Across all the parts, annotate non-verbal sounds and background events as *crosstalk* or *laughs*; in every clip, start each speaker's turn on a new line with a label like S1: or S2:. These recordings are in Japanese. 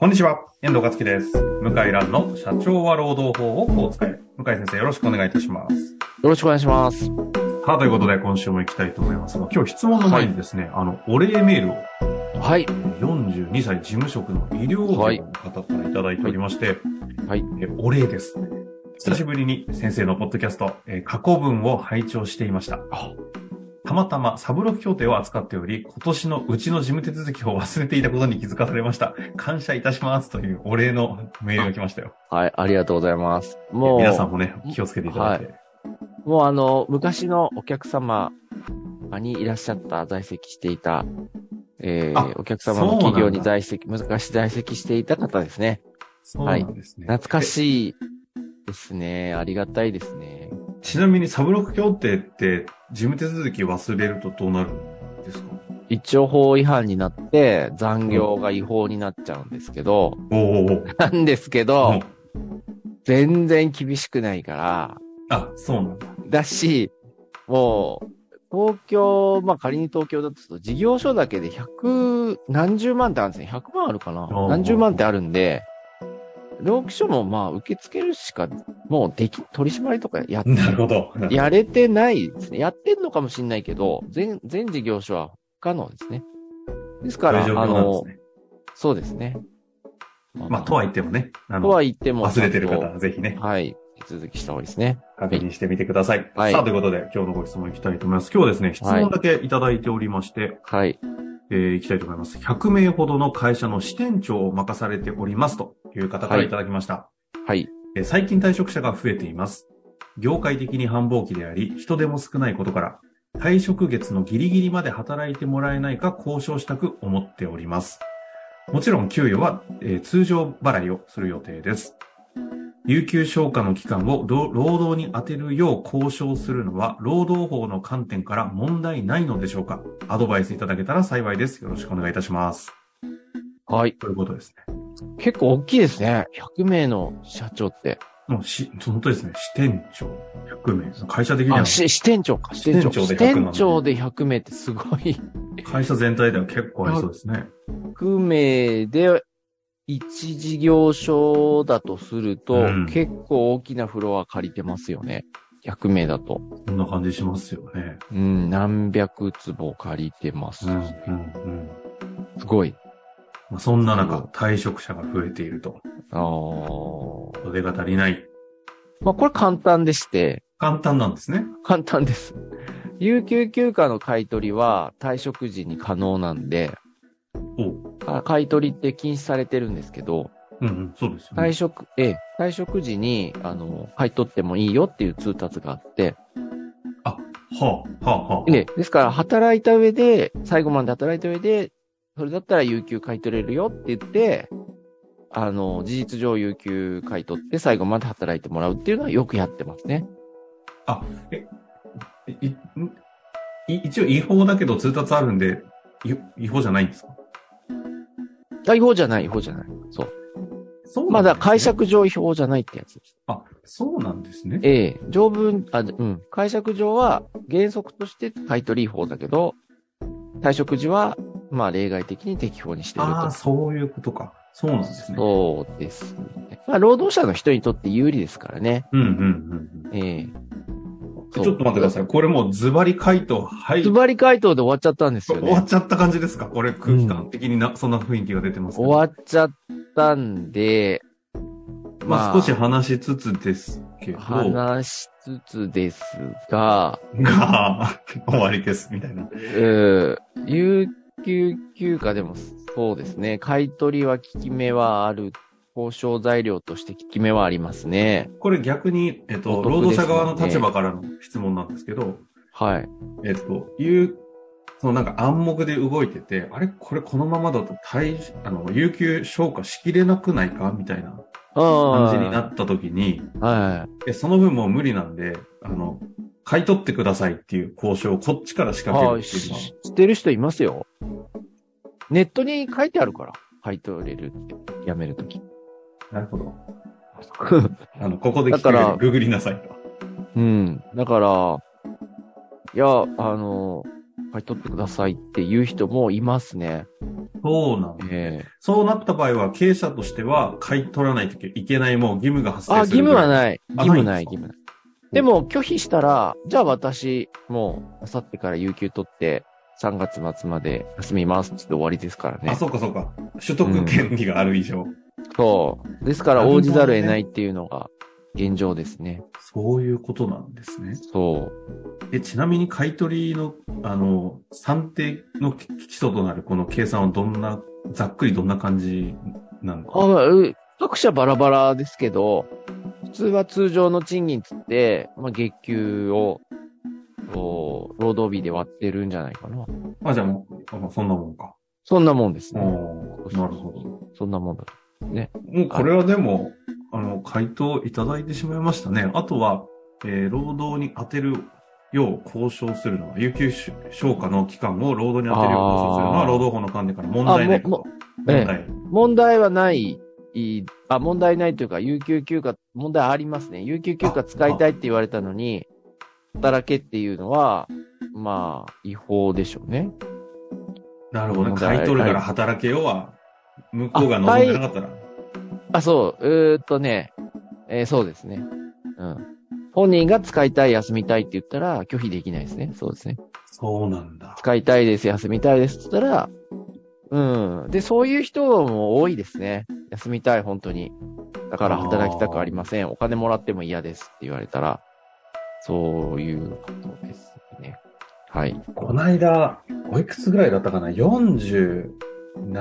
S1: こんにちは、遠藤克樹です。向井蘭の社長は労働法をこう使え。向井先生、よろしくお願いいたします。
S2: よろしくお願いします。
S1: さあ、ということで、今週も行きたいと思いますが、今日質問の前にですね、あの、お礼メールを
S2: はい。
S1: 42歳事務職の医療業の方からいただいておりまして、
S2: はいはい
S1: えお礼です。久しぶりに先生のポッドキャスト、えー過去文を拝聴していました。
S2: あ
S1: たまたまサブロック協定を扱っており、今年のうちの事務手続きを忘れていたことに気づかされました。感謝いたしますというお礼のメールが来ましたよ。
S2: はい、ありがとうございます。もう、
S1: 皆さんもね、気をつけていただいて。
S2: もうあの、昔のお客様にいらっしゃった、在籍していた、え
S1: あ
S2: ー、お客様
S1: そう
S2: の
S1: なんだ
S2: 企業に在籍、昔在籍していた方ですね。
S1: そうなんですね。
S2: 懐かしいですね。ありがたいですね。
S1: えちなみにサブロック協定って、事務手続き忘れるとどうなるんですか
S2: 一応法違反になって、残業が違法になっちゃうんですけど、
S1: おーおー
S2: なんですけ
S1: おー
S2: ど
S1: うん、
S2: 全然厳しくないから、
S1: あ、そうなんだ。
S2: だし、もう、東京、まあ仮に東京だとすると、事業所だけで100、何十万ってあるんですね。100万あるかな
S1: うん
S2: 何十万ってあるんで、労基署もまあ受け付けるしか、もうでき、取り締まりとかやっ、
S1: なるほど。
S2: やれてないですね。やってんのかもしれないけど、全、全事業所は不可能ですね。ですから、
S1: そういう状
S2: あ
S1: 況なんで
S2: の
S1: す、ね。
S2: そうですね。
S1: まあ、とは言ってもね、あ
S2: とは
S1: の、
S2: 言っても、
S1: 忘れてる
S2: ちゃ
S1: 方
S2: ん
S1: はぜひね
S2: と、はい、手続きした方がいいですね。
S1: 確認してみてください。
S2: はい
S1: さあ、ということで、今日のご質問いきたいと思います。今日はですね、質問だけいただいておりまして、
S2: はい。
S1: えーいきたいと思います。100名ほどの会社の支店長を任されておりますという方からいただきました。
S2: はい。
S1: えー最近退職者が増えています。業界的に繁忙期であり、人手も少ないことから、退職月のギリギリまで働いてもらえないか交渉したく思っております。もちろん給与は、えー通常払いをする予定です。有給消化の期間をど労働に当てるよう交渉するのは、労働法の観点から問題ないのでしょうかアドバイスいただけたら幸いです。よろしくお願いいたします。
S2: はい。
S1: ということですね。
S2: 結構大きいですね。100名の社長って。
S1: もうし、本当ですね。支店長100名。会社的には
S2: あ、し支店長か、支店長。
S1: 支
S2: 支
S1: 店長で100なん
S2: 店
S1: だ
S2: 長で100名ってすごい。
S1: 会社全体では結構ありそうですね。
S2: 100名で1事業所だとすると、
S1: うん
S2: 結構大きなフロア借りてますよね。100名だと。
S1: そんな感じしますよね。
S2: うん、何百坪借りてます。
S1: うん、うん、うん。
S2: すごい。
S1: まあ、そんな中
S2: うん、
S1: 退職者が増えていると。
S2: あー
S1: 人手が足りない。
S2: まあ、これ簡単でして、
S1: 簡単なんですね。
S2: 簡単です。有給休暇の買い取りは退職時に可能なんで、
S1: おう。
S2: あ買い取りって禁止されてるんですけど、
S1: うん、うん、そうですよ
S2: 退
S1: ね。
S2: 職、ええ、退職時に、あの、買い取ってもいいよっていう通達があって、
S1: はあ、はあ、はあ。
S2: で、ですから働いた上で、最後まで働いた上で、それだったら有給買い取れるよって言って、あの、事実上有給買い取って最後まで働いてもらうっていうのはよくやってますね。
S1: いんい一応違法だけど通達あるんで、い違法じゃないんですか
S2: あ違法じゃない、違法じゃない。
S1: そうなん
S2: ま
S1: ですね
S2: だ解。釈上違法じゃないってやつです。
S1: あ、そうなんですね。
S2: ええ、条文、あ、うん、解釈上は原則として買い取り違法だけど、退職時は、まあ例外的に適法にしていると
S1: ああ、。そういうことか。そうなんですね。
S2: そうですね。まあ、労働者の人にとって有利ですからね。
S1: うん、うん、うんうん。
S2: ええ
S1: ちょっと待ってください。これもうズバリ回答、はい。
S2: ズバリ回答で終わっちゃったんですよ
S1: 終わ
S2: ね
S1: っ。ちゃった感じですかこれ空気感的にな、そんな雰囲気が出てますけど
S2: 終わっちゃったんで、
S1: ま
S2: ま
S1: あ、少
S2: あ
S1: し話しつつですけど、が、
S2: 話しつつですが、
S1: 終わりです、みたいな。
S2: えー有給休暇でもそうですね。買い取りは効き目はある。交渉材料として効き目はありますね。
S1: これ逆に、えっと、
S2: お得
S1: 労働者
S2: ですね
S1: 側の立場からの質問なんですけど、
S2: はい。
S1: えっと、いう、そのなんか暗黙で動いてて、あれこれこのままだと退、あの、有給消化しきれなくないかみたいな
S2: 感
S1: 感じになった時に、
S2: は
S1: え、その分もう無理なんで、あの、買い取ってくださいっていう交渉をこっちから仕
S2: い。
S1: 掛け
S2: は
S1: る
S2: い。
S1: っていう
S2: し
S1: のは
S2: 知ってる人いますよ。ネットに書いてあるから。買い取れるって。やめるとき。 *laughs*
S1: なるほど。あの、ここで聞
S2: だか
S1: く
S2: ら
S1: ググりなさいと。
S2: うん。だから、いや、あの、買い取ってくださいっていう人もいますね。
S1: そうなんだ。
S2: ええ
S1: そうなった場合は、経営者としては買い取らないといけない、もう義務が発生する。
S2: あ、義務はない。
S1: あ
S2: 義務な、
S1: ないいんですか
S2: 義務ない。でも、拒否したら、じゃあ私、もう、あさってから有給取って、3月末まで休みますって言って終わりですから
S1: あ、
S2: ね。
S1: そうかそうか。取得権利がある以上。
S2: そう。ですから、応じざるを得ないっていうのが現状ですね。
S1: そういうことなんですね。
S2: そう。
S1: え、ちなみに買い取りの、あの、算定の基礎となるこの計算はどんな、ざっくりどんな感じなのか。
S2: あう各社バラバラですけど、普通は通常の賃金つって、まあ、月給を、こう労働日で割ってるんじゃないかな。
S1: あ、じゃあもう、あまあそんなもんか。
S2: そんなもんです
S1: お
S2: ね。
S1: ーなるほど。
S2: そんなもんだ。
S1: もうこれはでも、あの、回答いただいてしまいましたね。あとは、えー労働に当てるよう交渉するのは、有給消化の期間を労働に当てるよう交渉するのは、
S2: あー
S1: 労働法の観点から問題ない
S2: あもも
S1: と。
S2: え
S1: 問
S2: え
S1: 題。
S2: 問題はない、いいあ、問題ないというか、有給休暇、問題ありますね。有給休暇使いたいって言われたのに、働けっていうのは、まあ、違法でしょうね。
S1: なるほどね。
S2: 問題
S1: 買い取るから働けようは、向こうが望んでなかったら。
S2: あ、そう、えーっとね、えーそうですね。うん。本人が使いたい、休みたいって言ったら、拒否できないですね。そうですね。
S1: そうなんだ。
S2: 使いたいです、休みたいですって言ったら、うん。で、そういう人も多いですね。休みたい、本当に。だから働きたくありません。お金もらっても嫌ですって言われたら、そういうことですね。はい。
S1: こないだ、おいくつぐらいだったかな ?40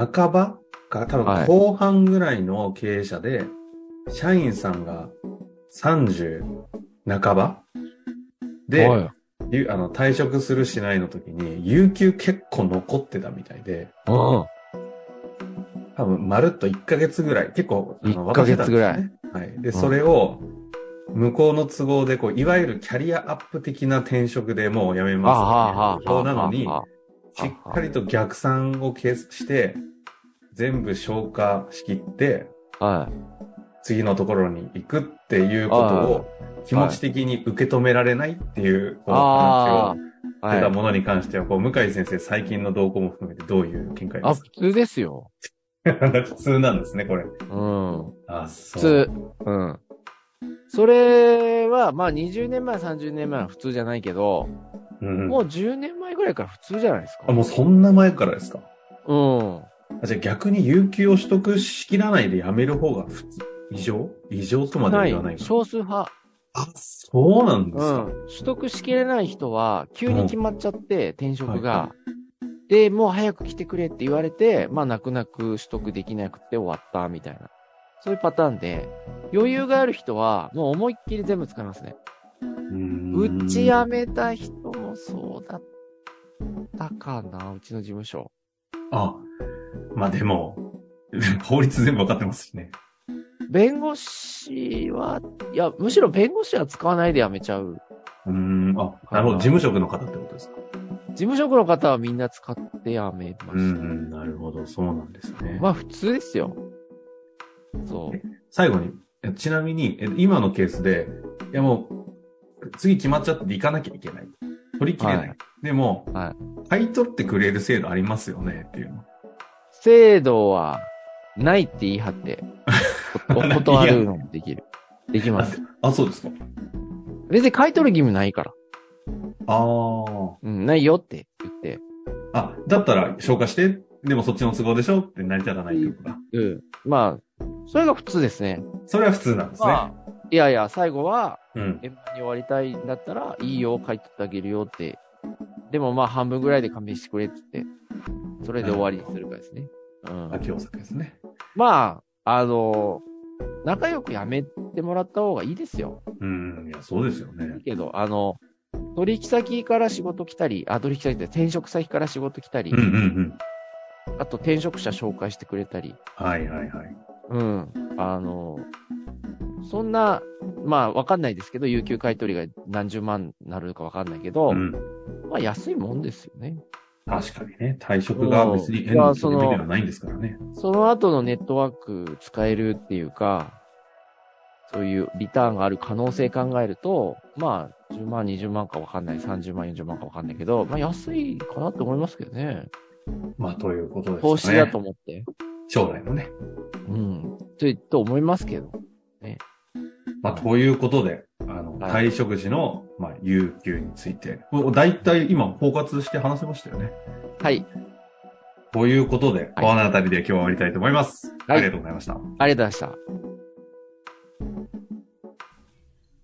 S1: 半ばか、多
S2: は
S1: 分
S2: い
S1: 後半ぐらいの経営者で、社員さんが30半ばで、
S2: はい
S1: ゆあの退職するしないの時に、有給結構残ってたみたいで、
S2: うん。
S1: 多分まるっと1ヶ月ぐらい、結構、あの
S2: 1ヶ月ぐらい
S1: 渡してたんですねはい。で、
S2: ん
S1: それを、向こうの都合で、こう、いわゆるキャリアアップ的な転職でもう辞め
S2: あは
S1: ます
S2: あは
S1: っていう
S2: あ
S1: こ
S2: は
S1: と
S2: あ
S1: なのに
S2: は、あ
S1: しっかりと逆算を計算して、全部消化しきって、
S2: は
S1: 次のところに行くっていうことを気持ち的に受け止められないっていうこう話
S2: あ
S1: を
S2: ー
S1: 出
S2: い。は
S1: た
S2: い。
S1: ものに関しては、こう向井先生最近の動向も含めてどういう見解で
S2: あ、
S1: す
S2: 普通ですよ。
S1: か普通なんですね、これ。
S2: うん。
S1: あ、普。
S2: 普通。うん。それは、まあ20年前、30年前は普通じゃないけど、
S1: うん
S2: もう10年前ぐらいから普通じゃないですか。
S1: あ、もうそんな前からですか
S2: うん。
S1: あじゃあ逆に有給を取得しきらないでやめる方が普通、異常異常とまでは
S2: な
S1: 言わない
S2: い。
S1: か
S2: 少数派。
S1: あ、そうなんです
S2: う
S1: か、
S2: ん。取得しきれない人は、急に決まっちゃって、転職
S1: は
S2: が。で、もう早く来てくれって言われて、まあ、泣く泣く取得できなくて終わった、みたいな。そういうパターンで、余裕がある人は、もう思いっきり全部使いますね。
S1: う
S2: うち
S1: や
S2: 辞めた人もそうだったかな、うちの事務所。
S1: あ、まあでも、 *laughs* 法律全部わかってますしね。
S2: 弁護士は、いや、むしろ弁護士は使わないで辞めちゃう。
S1: うーん、あ、なるほど。事務職の方ってことですか。
S2: 事務職の方はみんな使って辞めま
S1: う
S2: し
S1: ん、なるほど。そうなんです
S2: た。
S1: ね。
S2: まあ普通ですよ。そう。
S1: 最後に、えちなみに、え今のケースで、いやもう、次決まっちゃって行かなきゃいけない。取り切れない。
S2: は
S1: でも、
S2: は
S1: 買い取ってくれる制度ありますよねっていうの。
S2: 制度は、ないって言い張 *laughs* って、おお断るのもできる。できます。
S1: あ、そうですか。
S2: 別に買い取る義務ないから。
S1: あ
S2: うん、ないよって言って。
S1: あ。あ、だったら消化して、でもそっちの都合でしょって成り立たないってことだ。
S2: うん。まあ、それが普通ですね。
S1: それは普通なんですね。
S2: まあ、いやいや、最後は、
S1: うん。
S2: 円満に終わりたいんだったら、いいよ、書いてってあげるよって。でもまあ、半分ぐらいで勘弁してくれって言って、それで終わりにするかですね。うん。
S1: 秋大阪ですね。
S2: まあ、あの、仲良くやめてもらった方がいいですよ。
S1: うん、いや、そうですよね
S2: いい。けど、あの、取引先から仕事来たり、あ、取引先で転職先から仕事来たり、
S1: うんうんうん。
S2: あと転職者紹介してくれたり、
S1: はいはいはい。
S2: うん。あの、そんな、まあ、わかんないですけど、有給買い取りが何十万になるかわかんないけど、
S1: うん。
S2: まあ、安いもんですよね。
S1: 確かにね、退職が別に変な
S2: いや
S1: レベ
S2: そ
S1: ル
S2: の
S1: ではないんですからね。
S2: その後のネットワーク使えるっていうか、そういうリターンがある可能性考えると、まあ、 10万、20万かわかんない、30万、40万かわかんないけど、まあ安いかなって思いますけどね。
S1: まあ、ということですね。
S2: 投資だと。思って。
S1: 将来のね。
S2: うん。とい、と思いますけど。
S1: まあ、ということで、あの、
S2: はい
S1: 退職時の、まあ、有給について、だいたい今、包括して話せましたよね。
S2: はい。
S1: ということで、
S2: はい
S1: このあたりで今日は終わりたいと思います。
S2: はい
S1: ありがとうございました。
S2: ありがとうございました。